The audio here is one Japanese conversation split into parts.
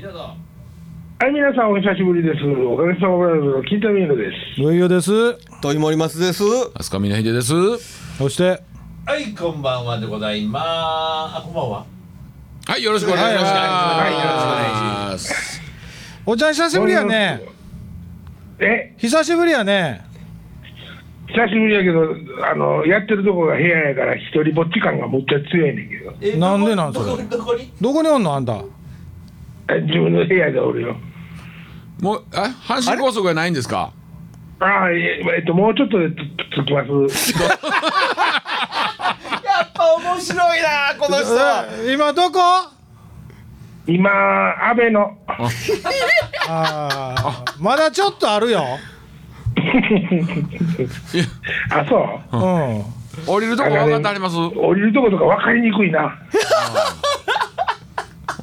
ルド。はい、皆さんお久しぶりです。おかげさまブラザーズのキータミールです。上与ですといもりますです。飛鳥峰秀です。はそしてはい、こんばんはでございまーす。あ、こんばんは。い、よろしくお願いします。はいはいいします。おちゃん久しぶりやねえ、久しぶりやね久しぶりやけど、あの、やってるとこが部屋やから、一人ぼっち感がむっちゃ強いねんけど。えなんでなんどこどこにどこにおんのあんたえ自分の部屋でおるよ。もう、え、阪神高速はないんですか。ああ、ええっと、もうちょっとでつつきます。やっぱ面白いなー、この人。え今どこ今、安倍の。あーまだちょっとあるよあ、そうう。ん降りるとこ分かってあります。ほ降りるとことか分かりにくいな。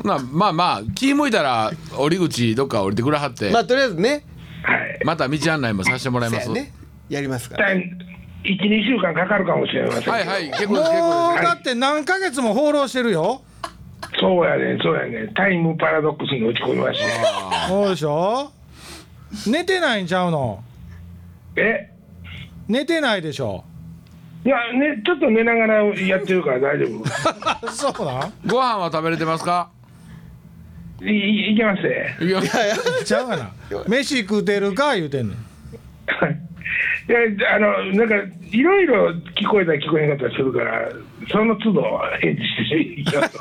な、まあまあ、気向いたら、降り口どっか降りてくれはってま。あとりあえずね、はい。また道案内もさせてもらいせまやす。ね、やりますから。だい一二週間かかるかもしれませんけど。はいはい、結構もうです、結構だって何ヶ月も放浪してるよそうやねん、そうやねん。タイムパラドックスに落ち込みました。そうでしょ寝てないんちゃうのえ、寝てないでしょいや、ね、ちょっと寝ながらやってるから大丈夫。そうなんです。ご飯は食べれてますか。いいけますね。いや、ちゃうかな飯食うてるか言うてんねいんや、あの、なんか、いろいろ聞こえたら聞こえなかったりするから、その都度返事していき ます。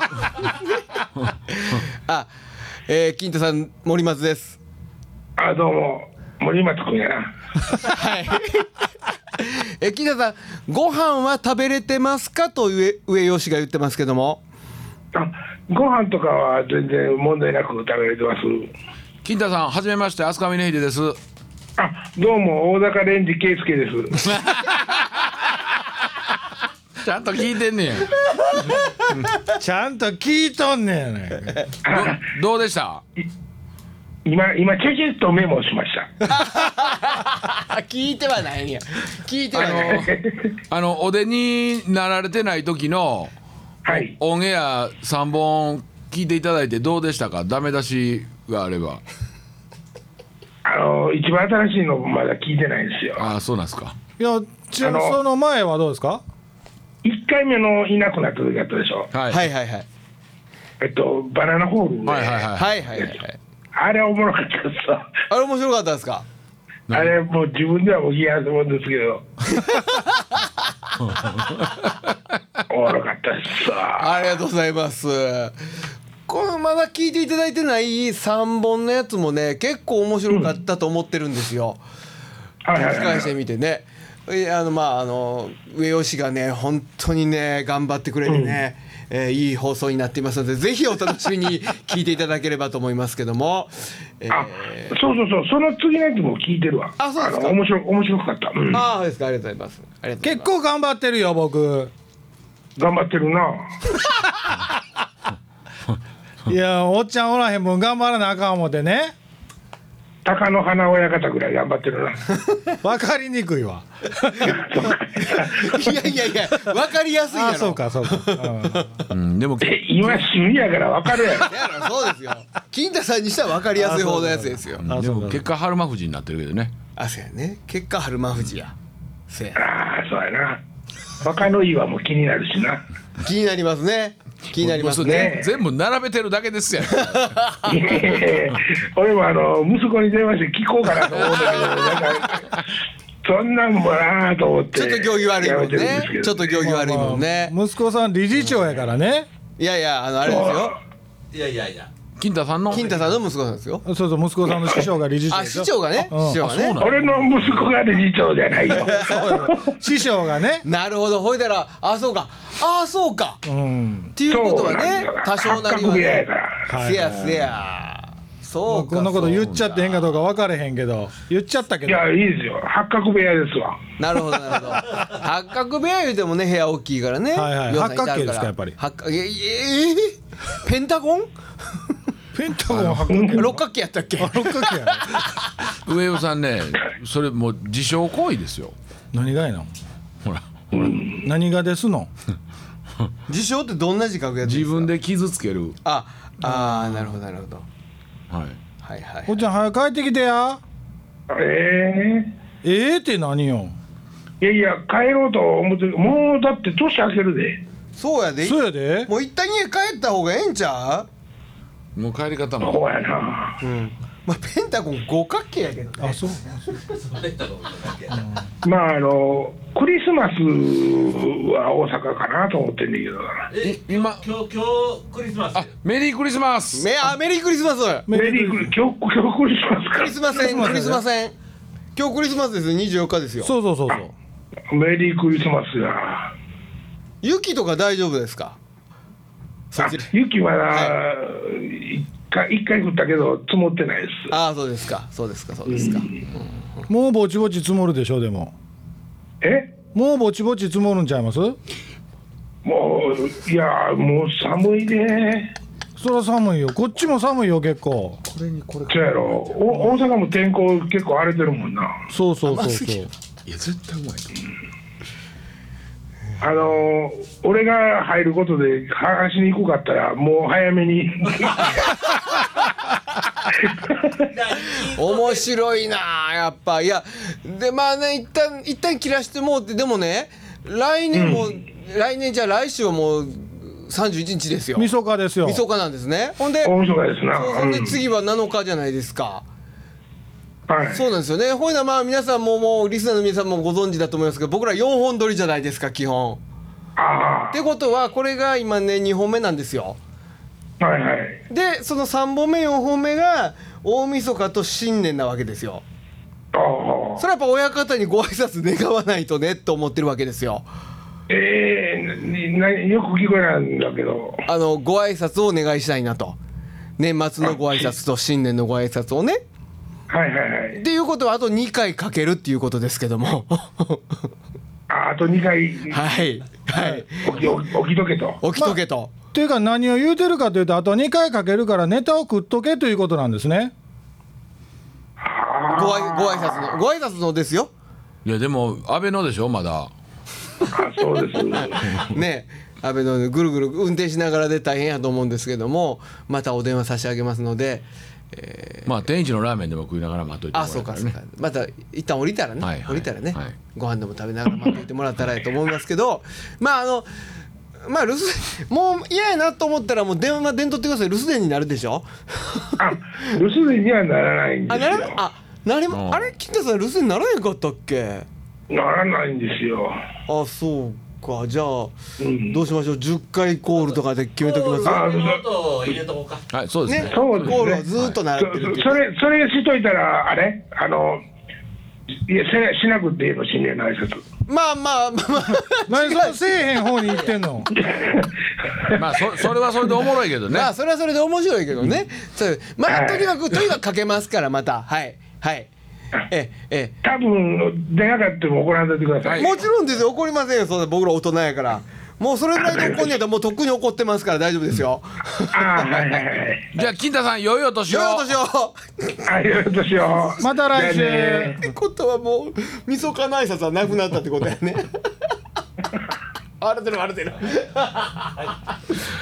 あ、えー、金太さん森松です。あ、どうも、森松君やな。はい。え金太さんご飯は食べれてますかと上上吉が言ってますけども。あ、ご飯とかは全然問題なく食べれてます。金太さん、はじめまして、飛鳥峰秀です。あ、どうも、大高レンジ圭介です。ちゃんと聞いてんねん。ちゃんと聞いとんねんやないかあどうでした。今、今、チェチェッとメモしました。あ聞いてはないんや。聞いてあ の、あの、お出になられてない時の。はい。オンエア3本聞いていただいてどうでしたかダメ出しがあればあの、一番新しいのまだ聞いてないんですよ。ああそうなんですかいやちあのその前はどうですか1回目のいなくなった時あったでしょ。はいははいいはいはいえっと、バナナホールで。はいはいはいはいはいはい。あれはおもろかったですわあれ面白かったですか。あれもう自分ではもう嫌だと思うんですけど。おもろかったですわ。ありがとうございます。このまだ聞いていただいてない3本のやつもね結構面白かったと思ってるんですよ。はいは聞きいは返してい。みてね。えあのまああの上吉がね本当にね頑張ってくれてね、えーいい放送になっていますのでぜひお楽しみに聞いていただければと思いますけども、えーあ、そうそうそう、その次のやつも聞いてるわ。あそうですかの面白、面白かった。うん、ああそうですかありがとうございますありがとう結ござい構頑張ってるよ僕頑張ってるな。いやおっちゃんおらへん分頑張らなあかん思ってね鷹の花親方ぐらい頑張って るな。分かりにくい わます いやいやいやわかりやすいやろあそうかそうか、 うんでもえ今趣味やからわかるやろ。いやそうですよ金太さんにしたらわかりやすい方のやつですよあそうでも結果春馬富士になってるけどねあそうやね結果春馬富士やそうやああ、そうやな。若のいいはもう気になるしな。気になりますね気になりますねねもうそれ全部並べてるだけですよいやいやいや 俺もあの息子に電話して聞こうかなと思うんだけど、なんかそんなんもなあと思って、ちょっと行儀悪いもんやめねてるんですけちょっどと行儀悪いもんね、まあ息子さん理事長やからねいやいやあのあれですよいやいやいや。金太さんの金太さんの息子さんですよそうそう息子さんの師匠が理事長あでし市ょ長がねうん市長がね俺の息子が理事長じゃないよ。師匠がねなるほどほいだらあそうかあそうかっうんていうことはそねうなんだ多少なり八角は部屋やねから。はいせやせやそもううかこんなこと言っちゃってそへんかどうか分かれへんけど言っちゃったけいどや、いいですよ。八角部屋ですわ。うなるほどな るほど八角部屋言うてもね部屋大きいからねはいはい予算いてあ八る角形ですかやっぱり八角ええええペンタゴ ンペンタゴン発覚六角形やったっけ六角形やね上尾さんねそれもう自傷行為ですよ何がやのほら何がですの自称ってどんな字書くやつです自か分で傷つけるああーなるほどなるほどはい。はいはいおっちゃん早く帰ってきてやえええって何よえいやいや、帰ろうと思って、もうだって年明けるで。そうやでそうやでもう一旦家帰った方がええんちゃもう帰り方も。そうやな。ううんまあペンタゴン五角形やけどねあそうまあ、あの、クリスマスは大阪かなと思ってんだけどな。え今今日今日クリスマスあ、メリークリスマス。めあメリークリスマスクメリークリ、今日、今日クリスマスか。リスマス編クリスマス編今日クリスマスですね24日ですよそうそうそうそうメリークリスマスや。雪とか大丈夫ですかそあちら雪はな、は一回一回降ったけど積もってないです。ああそうですかそうですかそうですかもうぼちぼち積もるでしょでもえ？もうぼちぼち積もるんちゃいますもういやもう寒いね。そら寒いよこっちも寒いよ結構そうやろ。お大阪も天候結構荒れてるもんな。そうそうそう甘すぎそるういや、絶対うまいと思あの俺が入ることで話しにくかったらもう早め に。面白いなあやっぱいやでまあね一旦一旦切らしてもうってでもね来年も、来年じゃあ来週はもう31日ですよみそかですよみそかなんですねほんで大阪ですな。そうそんでうん次は7日じゃないですか、はい。そうなんですよねほいなまあ皆さんももうリスナーの皆さんもご存知だと思いますけど僕ら4本撮りじゃないですか基本あってことはこれが今ね2本目なんですよあはいはい。でその3本目4本目が大晦日と新年なわけですよああそれはやっぱ親方にご挨拶願わないとねと思ってるわけですよええななよく聞こえないんだけど。あのご挨拶をお願いしたいなと年末のご挨拶と新年のご挨拶をねはいはいはい。っていうことはあと2回かけるっていうことですけども ああと二回起はいはいき起きとけと。起きとけと、っていうか何を言うてるかというとあと2回かけるからネタを食っとけということなんですねごあいご挨拶のご挨拶のです よう。いや、でも、安倍のでしょ、まだ。あそうです。ね安倍のぐるぐる運転しながらで大変やと思うんですけどもまたお電話差し上げますのでまあ、天一のラーメンでも食いながら待っといてもあらえそうたからそうねかまた一旦降りたらね、はいはい降りたらね、はいご飯でも食べながら待っていてもらったらやと思いますけどまああのまあ留守もう嫌やなと思ったらもう電話電取ってください留守電になるでしょあ、留守電にはならないんであすなよ。らあなれうもんあれ金田さん留守電にならへんかったっけならないんですよ。あそうかじゃあ、んどうしましょう10回コールとかで決めときますあそういうことを入れとこうかはい、そうですねね。そうですねコールをずーっとそ鳴ってるっていうそれ、それしといたら、あれあの、いや、せしなくていいの、新年の挨拶。まあまあまあまあ何それせえへん方に言ってん のまあ、そ、それはそれでおもろいけどねま。あそれはそれで面白いけどね、そうまはあいとにかくとにかくかけますからまたはいはいええ多分出なかったも怒らんといてください。もちろんですよ怒りませんよそんな僕ら大人やからもうそれぐらいで怒んねやったらもうとっくに怒ってますから大丈夫ですよああ、はいはいはい。じゃあ、金太さん、良いお年を。よいお年をありがとうございます。また来じゃあ週ねってことはもうみそかの挨拶はなくなったってことやね笑ってる笑ってる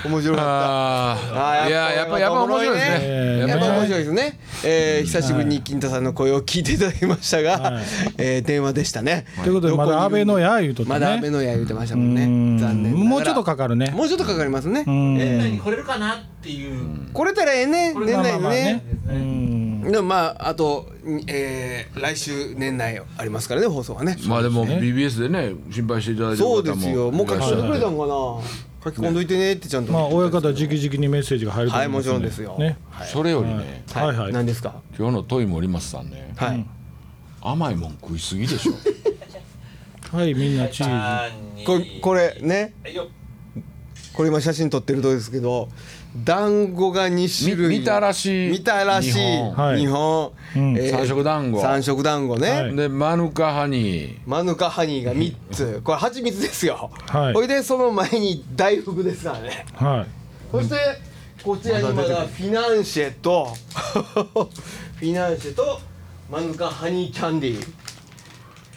面白かったあああ。ーいや、やっぱ、やっぱ面白いですね。ややっぱっぱりね面白いですね、えー久しぶりに金太さんの声を聞いていただきましたが、はいえー電話でしたね、ということでまだ安倍のや言うとってまだ安倍ねの矢言ってましたもうんねん残念ながらもうちょっとかかるねもうちょっとかかりますね、うん年え内に来れるかなっていうー来れたらええねこれ年まあ内まにね,、うねんでもまああと、にえー来週年内ありますからね放送はねまあ、でも、BBS でね、心配していただいてるそ方うですよももうい書らっきしゃ込んる。でくれたんかな書き込んどいてねってちゃんと、まあ親方直々にメッセージが入るとは思いいもまちすろんんでですよ、ねそれよりね、はいはい何ですか今日のトイモリマスさんね、はい、甘いもん食いすぎ でしょ。はいみんなチー3これこれねはいよこれ今写真撮ってるとこですけど団子が2種類み見たらしい見たらしい日本はい日本うんえー三色団子三色団子ね、はいでマヌカハニマヌカハニーが3つこれ蜂蜜ですよはいほいでその前に大福ですからねズはいそしてこちらにまだフィナンシェ とフィナンシェとマヌカハニーキャンディーー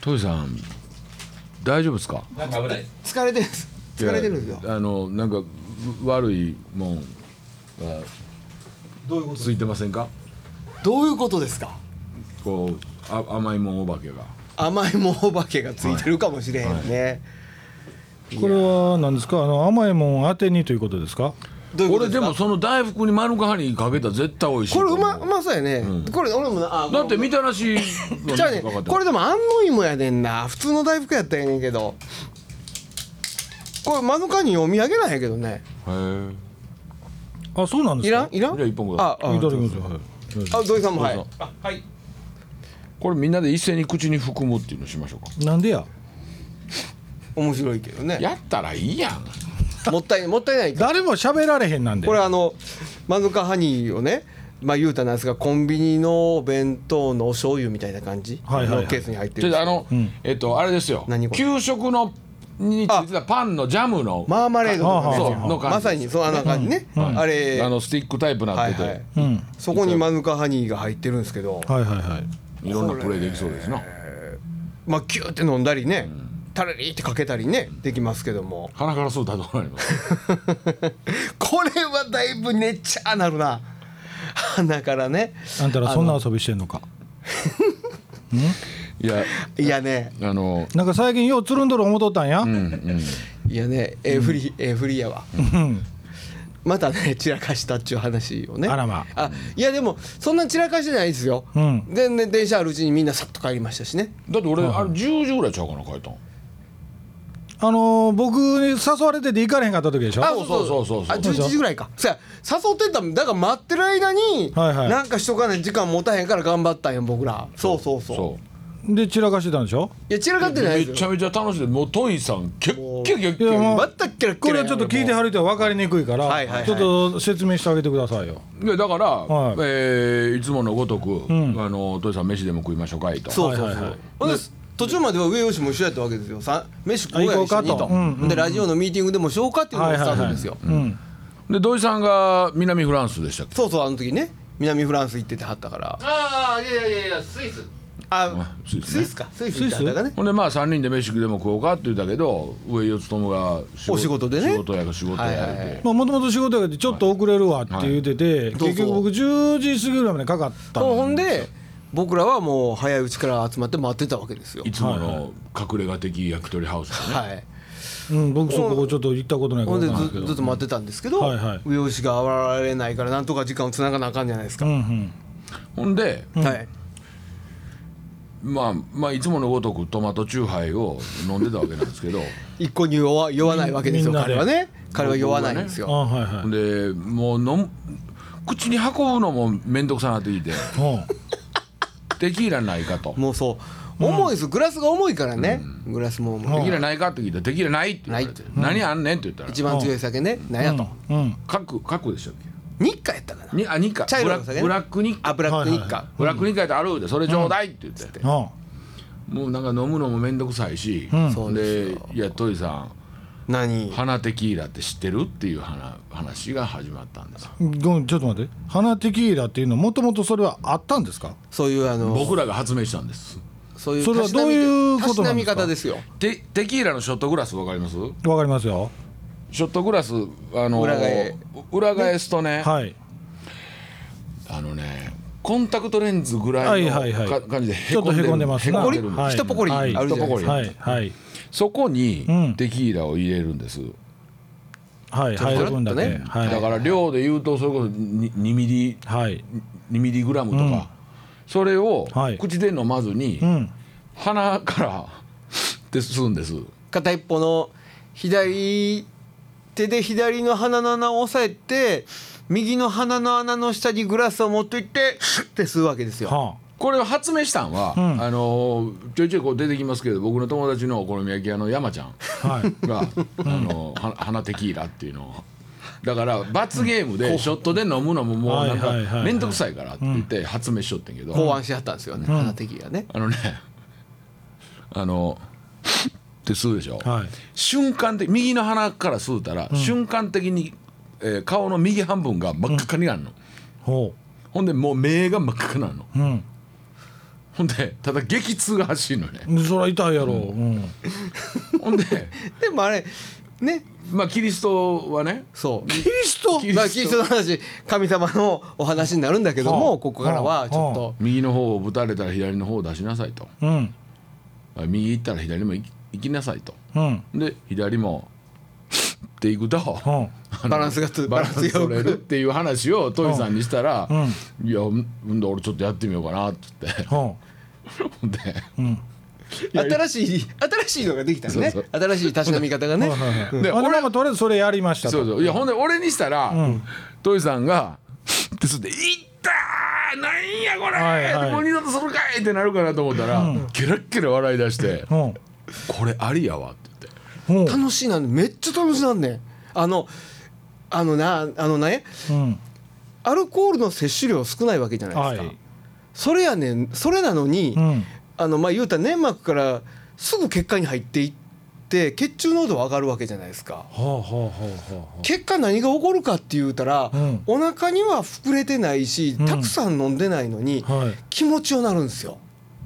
トイさん大丈夫ですかなんか危ないです疲れてるんです疲れてるんですよいやあのなんかう悪いもんがどういうことついてませんかどういうことですかこうあ甘いもんお化けが甘いもんお化けがついてるかもしれへんね、これは何ですかあの甘いもん当てにということですかどういうこことれですでかもその大福に丸がはりかけたら絶対美味しいことれ思うまうまそうやね、これ俺もなあだっこてれみたらしじゃあねわかったこれでも安納芋やねんな普通の大福やったんやねんけどこれマヌカにお土産なんやけどねへーあそうなんでいすらんかいらんじゃあ一本くあださあいただきますよはいあ土井さんもはいあはいこれみんなで一斉に口に含むっていうのしましょうかなんでや面白いけどねやったらいいやんもったいもったいないから誰も喋られへんなんでこれあのマヌカハニーをねまあ言うたらなんですがコンビニのお弁当のお醤油みたいな感じはいはいはいのケースに入ってちょるっとあの、えっとあれですよ何これ給食のについてたパンのジャムのマーマレードとかねあそうの感じまさにそのあの感じね、あれあのスティックタイプなっはいてて、はいい、うんそこにマヌカハニーが入ってるんですけど、はいはいはいろんなプレイできそうですなまあキューって飲んだりね、タラリーってかけたりねできますけども 鼻からそうだと思いますこれはだいぶねっちゃーなるな鼻からねあんたらそんな遊びしてんのかいやいやねあのなんか最近ようつるんどる思うとったんや、いやねええ振りええ振りやわうんまたね散らかしたっちゅう話をねあらまあいやでもそんな散らかしてないですよ、うん全然電車あるうちにみんなさっと帰りましたしねだって俺、あれ10時ぐらいちゃうかな書いたん あのー僕に誘われてて行かれへんかった時でしょあそうそうそうそうあ11時ぐらいかそや誘ってたんだから待ってる間に、はいはいなんかしとかない時間持たへんから頑張ったんや僕らそうそうそうそで散らかしてたんでしょいや散らかってないめですちよゃめちゃ楽しいでもうトイさん結構結いやも構うまったっけらっけこられやはちょっと聞いてはる人は分かりにくいから、はいはいはいちょっと説明してあげてくださいよいやだから、はいいえーいつものごとく、あのトイさん飯でも食いましょうかいとそうそうはいそはいはういほんで途中までは上吉も一緒やったわけですよさ飯食おうやあ行こう一緒かにととうんうんうんほんでラジオのミーティングでもしようかっていうのがスタートですようん、で土井さんが南フランスでしたっけそうそうあの時ね南フランス行っててはったからああいやいやいやスイスあスイススねイスかスイス行ってはったからねほんでまあ3人で飯でも食おうかって言ったけど上四つともがお仕事でね仕事やから仕事やはいはいで、はまあもともと仕事やけどちょっと遅れるわって言うてて、どうぞ結局僕10時過ぎぐらいまでかかったそうほんで僕らはもう早いうちから集まって待ってたわけですよいつもの隠れ家的焼き鳥ハウスでね、はいうん、僕そこちょっと行ったことないかほらんで分かんずないけどずっと待ってたんですけどはいはい上吉が現れないからなんとか時間をつながなあかんじゃないですかうんうんほんではいまあまあいつものごとくトマトチューハイを飲んでたわけなんですけど一個に酔わ酔わないわけですよみんなで彼はね彼は酔わないんですあよはいはほんでもう飲む口に運ぶのも面倒くさなってきていうんテキーラないかともうそう重いですグラスが重いからねグラスも重テいキーラないかって聞いたらテキーラないって言われてない何あんねんって言ったら一番強い酒ね何やとうん各各でしたっけ日課やったかなにあ2か茶ブ色ラの酒ねブラックにあブラック日課ブラック2回ってあるでそれちょうだいって言って、うんもうなんか飲むのも面倒くさいし、そうですでよ「いやトイさん何花テキーラって知ってる?」っていう話話が始まったんですよごめんちょっと待って花テキーラっていうのもともとそれはあったんですかそういうあの僕らが発明したんですそういうそれはどういうたしなみこと方なんでですよテテキーラのショットグラスわかりますわかりますよショットグラスあの裏返裏返すとね、はいあのねコンタクトレンズぐらはいいのはいはいか感じでへちょっとへこんでますなこりるんですはい一ポコリはいあるじゃないですかはいはいそこにうんテキーラを入れるんです、はいょっと入る分だけ、ちょっとはいだから量で言うとそれこそ 2, ミリはい2ミリグラムとか、それをはい口で飲まずに、うん鼻からって吸うんです片一方の左手で左の鼻の穴を押さえて右の鼻の穴の下にグラスを持っていってシュッて吸うわけですよはこれを発明したんは、んあのーちょいちょいこう出てきますけど僕の友達のお好み焼き屋の山ちゃんあはいがあのーは花テキーラっていうのをだから罰ゲームでショットで飲むのももうなはんいはいはいはかい面倒くさいからって言って発明しとってんけど、考案しはったんですよね鼻的がねあのねあのって吸うでしょ、はい瞬間的右の鼻から吸うたら、瞬間的に、えー顔の右半分が真っ赤っかになるの、ほほんでもう目が真っ赤っかになるのううんほんでただ激痛が走るのねそら痛いやろうんほんででもあれねまあキリストはねそうキリストまあキリストの話神様のお話になるんだけども、はあここからはちょっと、右の方をぶたれたら左の方を出しなさいとうん右行ったら左も行き行きなさいとうんで左もっていくとうんバランスがつバランス取れるっていう話をトイさんにしたらうん「いやうんだ俺ちょっとやってみようかな」って言ってうんほんでうん新しい新しいのができたのねそう新しいたしなみ方がね、はいはいはいでまあで俺もまあとりあえずそれやりましたとそうそういやほんで俺にしたら、トイさんが 「ってすって「いったーなんやこれはいはいもう二度とするかい!」ってなるかなと思ったら、ケラッケラ笑い出してう「これありやわ」って言ってんうん楽しいなんでめっちゃ楽しいなんねんあのあのなあのねうんアルコールの摂取量少ないわけじゃないですか、はいそれやねんそれなのに、うんあのまあ言うたら粘膜からすぐ血管に入っていって血中濃度は上がるわけじゃないですかはあはあはあは結果何が起こるかって言うたら、うんお腹には膨れてないしんたくさん飲んでないのに、あはい気持ちよなるんですよ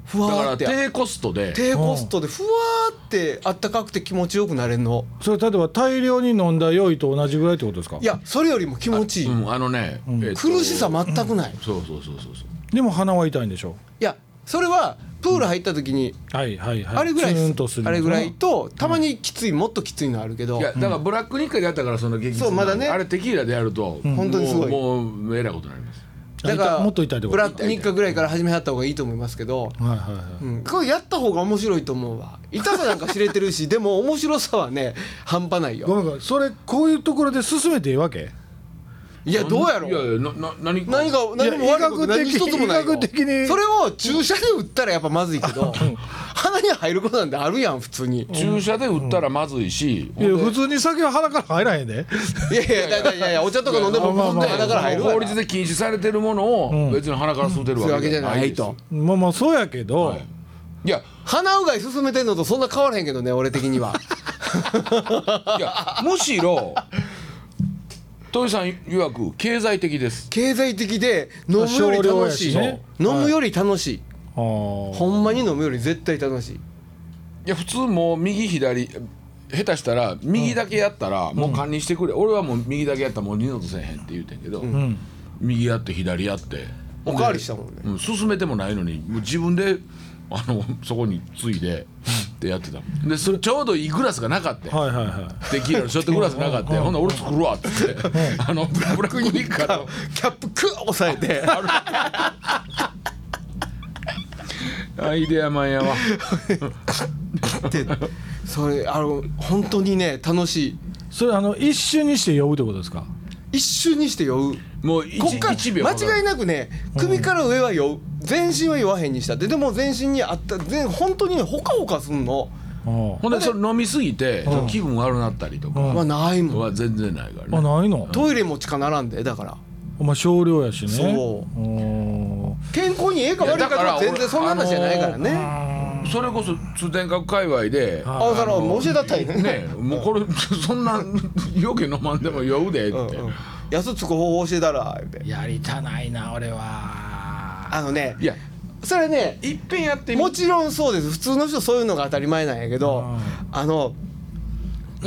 ふだかわーらって低コストで低コストでふわーってあったかくて気持ちよくなれんのそれ例えば大量に飲んだ酔いと同じぐらいってことですかいやそれよりも気持ちいい、うんあのね、えっと苦しさ全くない、いそうそうそうそうそうでも鼻は痛いんでしょやそれはプール入った時に、はいはいはいあれぐらツいでーすンとするあれぐらいとたまにきつい、もっときついのあるけどいやだからブラック日課でやったからその激痛そうまだねあれテキーラでやると、本当にすごいもうもうえらいことになりますだかあら痛もっと痛いってことブラック日課ぐらいから始めはった方がいいと思いますけど、はいはいはいうん、これやった方が面白いと思うわ痛さなんか知れてるし でも面白さはね半端ないごよめんごめんそれこういうところで進めていいわけいやどうやろいやいやなな何何か何も悪いこといや何医学的一つもないよ医学的にそれを注射で打ったらやっぱまずいけど鼻に入ることなんてあるやん普通にい注射で打ったらまずいし、いや普通に酒は鼻から入らへんでやいやいやいやいやお茶とか飲んでもまあほんまとあに鼻から入るわ法律で禁止されてるものを別に鼻から吸ってるそういうわわけけじじゃゃなないいですとまあまあそうやけど、はいいや鼻うがい進めてんのとそんな変わらへんけどね俺的にはいやむしろ豊井さん曰く経済的です経済的で飲むより楽しい少量やしね飲むより楽しい、あーほんまに飲むより絶対楽しいいや普通もう右左下手したら右だけやったらもう堪忍してくれ、俺はもう右だけやったらもう二度とせえへんって言うてんけど、うん右やって左やって、おかわりしたもんねうん、進めてもないのにもう自分であのそこについでってやってたでそれちょうどいいグラスがなかった、はいはいはいできるのショットグラスなかったよほんなら俺作るわっつってあのブラブラックニッカーのキャップクッ押さえてアイデアマンやわってそれあの本当にね楽しいそれあの一瞬にして呼ぶってことですか一瞬にして酔うもう一こっから一秒間違いなくね首から上は酔う全身は酔わへんにしたってでも全身にあった全本当にねほかほかすんのあほんでそれ飲みすぎて気分悪なったりとかはないもんは全然ないからあねないのトイレも近ならんでだからお前少量やしねそうーん健康にええか悪いかといやだからか俺全然そんな話じゃないからねそれこそ通天閣界隈ではあそのの申し出だったりねねもうこれ そんな余計飲まんでも酔うでっうんてうん安つく方法教えたら言うてやりたないな俺はあのねいやそれねいっぺんやってみもちろんそうです普通の人そういうのが当たり前なんやけどあの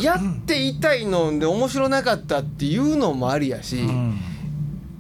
やっていたいので面白なかったっていうのもありやし、うん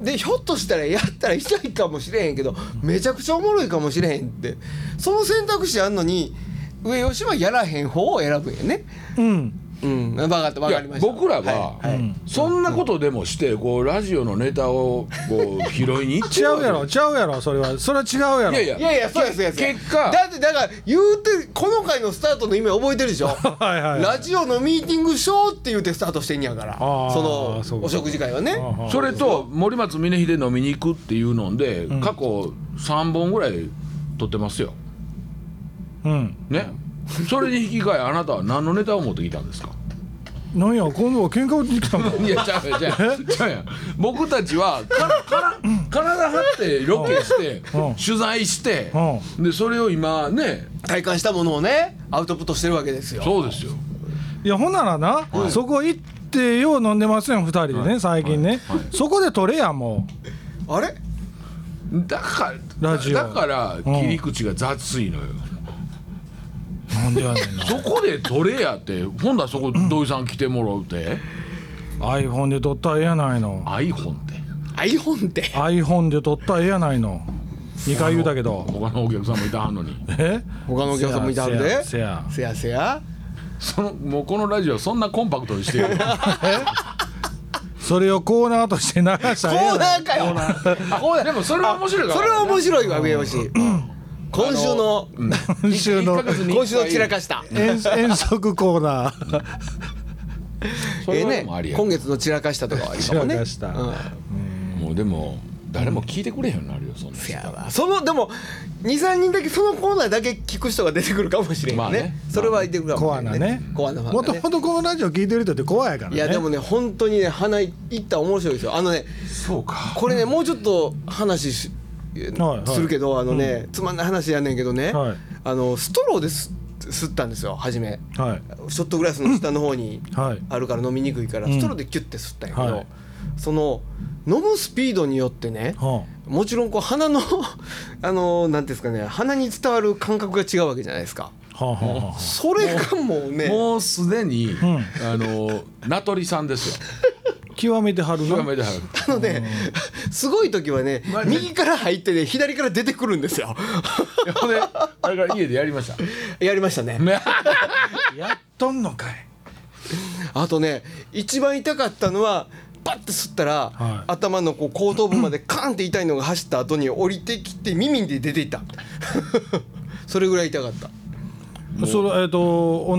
でひょっとしたらやったら痛いかもしれへんけどめちゃくちゃおもろいかもしれへんってその選択肢あんのに上吉はやらへん方を選ぶんやねうんうん分かった分かりいまやした僕らははいはいそんなことでもしてこうラジオのネタをこう拾いに行っ違てるわうけ やろ違うやろそれはそれは違うやろいやいやいやいやそうですそうです結果だってだから言うてこの回のスタートの意味覚えてるでしょはいはいラジオのミーティングショーって言うてスタートしてんやからあーそそうのかお食事会はねああそれと森松峰秀飲みに行くっていうので、過去3本ぐらい撮ってますようんねそれに引き換えあなたは何のネタを持ってきたんですかなんや今度は喧嘩売ってきたんかいやちゃうやんちゃうやんちゃうやん僕たちはからから体張ってロケしてうん取材してうでそれを今ね体感したものをねアウトプットしてるわけですよそうですよいやほんならな、そこ行ってよう飲んでますやん二人でね、最近ね、そこで取れやもあれだからラジオだからん切り口が雑いのよ、う、なんでやねんなそこで取れやってほんだらそこ土井さん来てもらうて iPhone で撮ったらええやないの iPhone って iPhone って iPhone で撮ったらええやないの2回言うたけど他のお客さんもいたはんのにえ他のお客さんもいたんでせせややせやそのもうこのラジオそんなコンパクトにし てるそれをコーナーとして流したコらええやーなナいーかよでもそれは面白いからそれは面白いわ上吉今週の今週の一ヶ月に一回今週の散らかした遠遠足コーナー そえれえはねもうありや今月の散らかしたとかは今も散らねかしたもうでも誰も聞いてくれへんようになるよそんなせやわそのでも23人だけそのコーナーだけ聞く人が出てくるかもしれんね,、まあねそれは言ってくるかコもアしれなんねコアなファンもがとねもとこのラジオ聞いてる人って怖いからねいやでもね本当にね鼻いったら面白いですよあのねそうかこれねもうちょっと話しはいするけどあのね、つまんない話やねんけどね、はいあのストローです吸ったんですよ初めはいショットグラスの下の方にはいあるから飲みにくいから、うんストローでキュッて吸ったんやけど、はいその飲むスピードによってね、はもちろんこう鼻の あのなんていうんですかね鼻に伝わる感覚が違うわけじゃないですかあはあはあはそれがもうねもうすでに、んあの名取さんですよあ極めてはるな極めてはるあのね すごい時はねまあね右から入ってね左から出てくるんですよいやほんであれから家でやりました やりましたねやっとんのかいあとね一番痛かったのはパッて吸ったら、はい頭のこう後頭部までカーンって痛いのが走った後に降りてきて耳で出ていった それぐらい痛かったそれえっ、と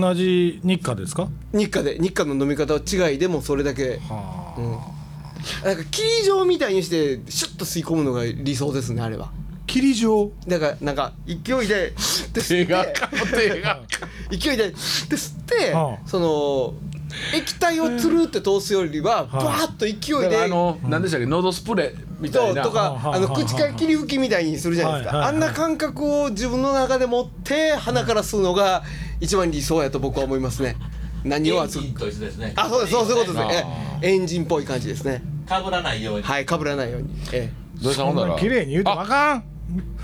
同じ日課ですか日課で日課の飲み方は違いでもそれだけはあなんか霧状みたいにしてシュッと吸い込むのが理想ですねあれは霧状だからなんか勢いでシュッて吸手っがて手が勢いでシュッて吸って、はあその液体をつるって通すよりはバいーッと勢だいからであの何でしたっけ喉スプレーみたそいうなとはあかはああのはあはあ口から霧吹きみたいにするじゃないではいすかはあいんな感覚を自分の中で持って鼻から吸うのが一番理想やと僕は思いま すね何を熱く金と一緒ですねあそうですそうそういうことですねあええエンジンっぽい感じですねかぶらないようにはい被らないようにええ土井さこんほんんなならん綺麗に言うてもああかん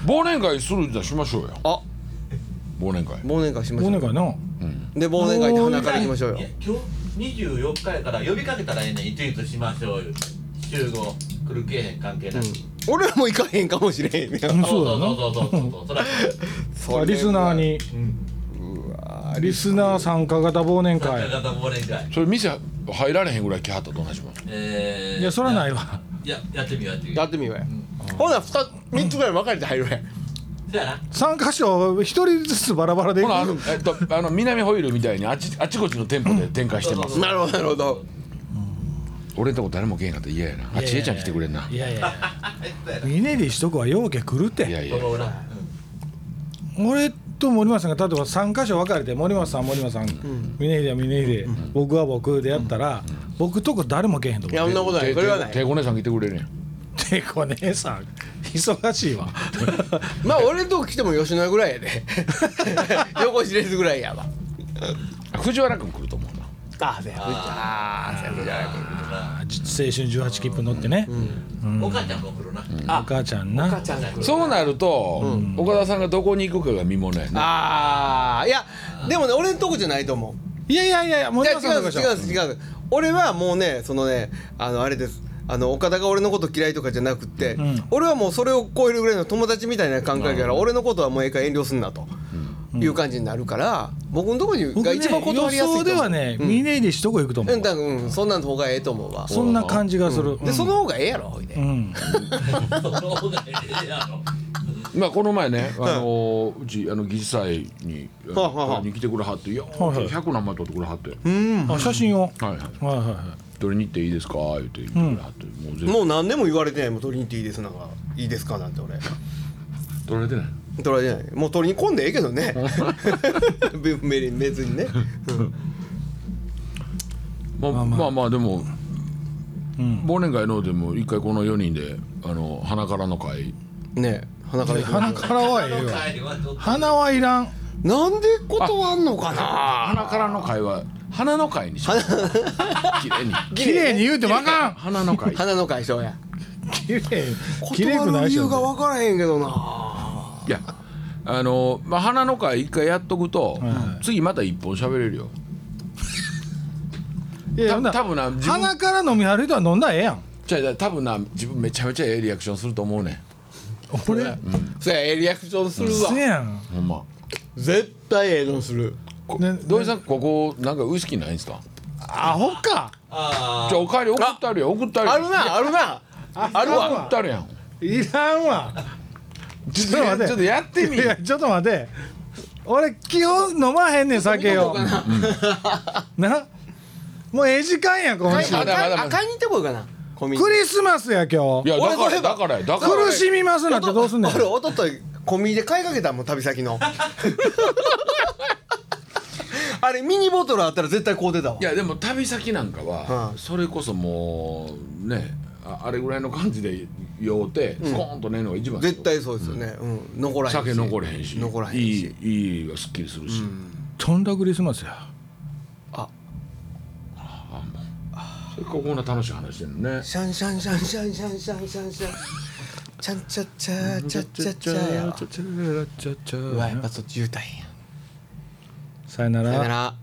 忘年会するんじゃしましょうよあ忘年会忘年会しましょ忘う年会なで忘年会で鼻から行きましょうよいや今日24日やから呼びかけたらええねんツイートしましょうよ集合来るけえへん関係なく、俺らも行かへんかもしれへん ねうんそそううだなそうそうそうそうそらそれはリスナーにリスナー参加型 忘年参加会型忘年会それ店入られへんぐらい来はったらどうなしますえーいやそらないわいややってみようやってみよやうってみようやほな2 3つぐらい分かれて入るやんそやな参加賞一人ずつバラバラでほなあの、えっと、あの南ホイールみたいにあちあちこちの店舗で展開してます、うんなるほどなるほど俺んとこ誰も来へんかったら嫌やなあちえちゃん来てくれんないやいやミネリしとこはようけ来るいてやいやその裏うん俺と森松さんが例えば3箇所分かれて森松さん森松さん峰秀は峰秀僕は僕でやったら僕とこ誰も来へんとい思やうそんなことないてそれはなていてこねさん来てくれるやんてこ姉さん忙しい わまあ俺んとこ来ても吉野家ぐらいやで 横知れずぐらいやわあ藤原君来ると思うなああせやああせや藤原君あじ青春18切符乗ってね岡ちゃんも来るなお母ちゃんなちゃん来るそうなると、岡田さんがどこに行くかが見ものやなああいやでもね俺んとこじゃないと思ういやいやいやいやい森や松違さうんでとすか違うんです違うんです俺はもうねそのねあのあれですあの岡田が俺のこと嫌いとかじゃなくって、ん俺はもうそれを超えるぐらいの友達みたいな感覚やから俺のことはもうええから遠慮すんなと、いう感じになるから僕のとこに僕がね一番断りや予すいと思想うではねうん峰秀しとこ行くと思うんう多分うんそんなんの方がええと思うわそんな感じがするでその方がええやろほいで、うん その方がええやろまあこの前ね、あのーうちあの議事祭にあのはあはあはあに来てくれはってよはいはい100何枚撮ってくれはって、うんあ写真をはいははいいはいはい取りに行っていいですか言って言ってくれはって、もう全部もう何年も言われてないもう取りに行っていいですなんかいいですかなんて俺取られてない取られてないもう取りに込んでええけど ね別にね、まあまあまあ、でも、ん忘年会のでも一回この4人であの花からの会うん、ね鼻からで行きまし鼻ょうからはええあのわ会はちょっと鼻はいらんなんで断んのかな花からの会は花の会にしよう綺麗に綺麗に言うてもあかん花の会花の解消や綺麗綺麗断くるない理し由が分からへんけどなやあの、まあ、花の会一回やっとくと、次また一本喋れるよいやほたんなら多分な自分鼻から飲み歩いたら飲んだらええやんじゃあ多分な自分めちゃめちゃええリアクションすると思うねん俺そやええリアクションするわせやんほんま絶対ええのするこね土井さんここなんかウイスキーないんすかアホかあじゃあお帰り送ってあるよ送ってあるよあるなあるなある送わってあるやんいらんわちちょっと待ってちょっとやってみいやちょっと待って俺基本飲まへんねん酒をなもうええ時間や今週まだまだまだ赤いにとこかなコミクリスマスや今い日やだから俺だからやだから苦しみますなってどうすんねん俺おとといコンビニで買いかけたもん旅先 のあれミニボトルあったら絶対こう出たわいやでも旅先なんかは、うんそれこそもうねああれぐらいの感じで酔うてスコーンと寝るのが一番です絶よ対そうですよね、うん残らへんし酒残れへんし残らへんしいいいいがすっきりするし、とんだクリスマスやそれからこんな楽しい話してるねシャンシャンシャンシャンシャンシャンシャンシャンチャンチャチャチャチャチャやわちゃちゃちゃうわやっぱそっち言うたんやさよなさよならら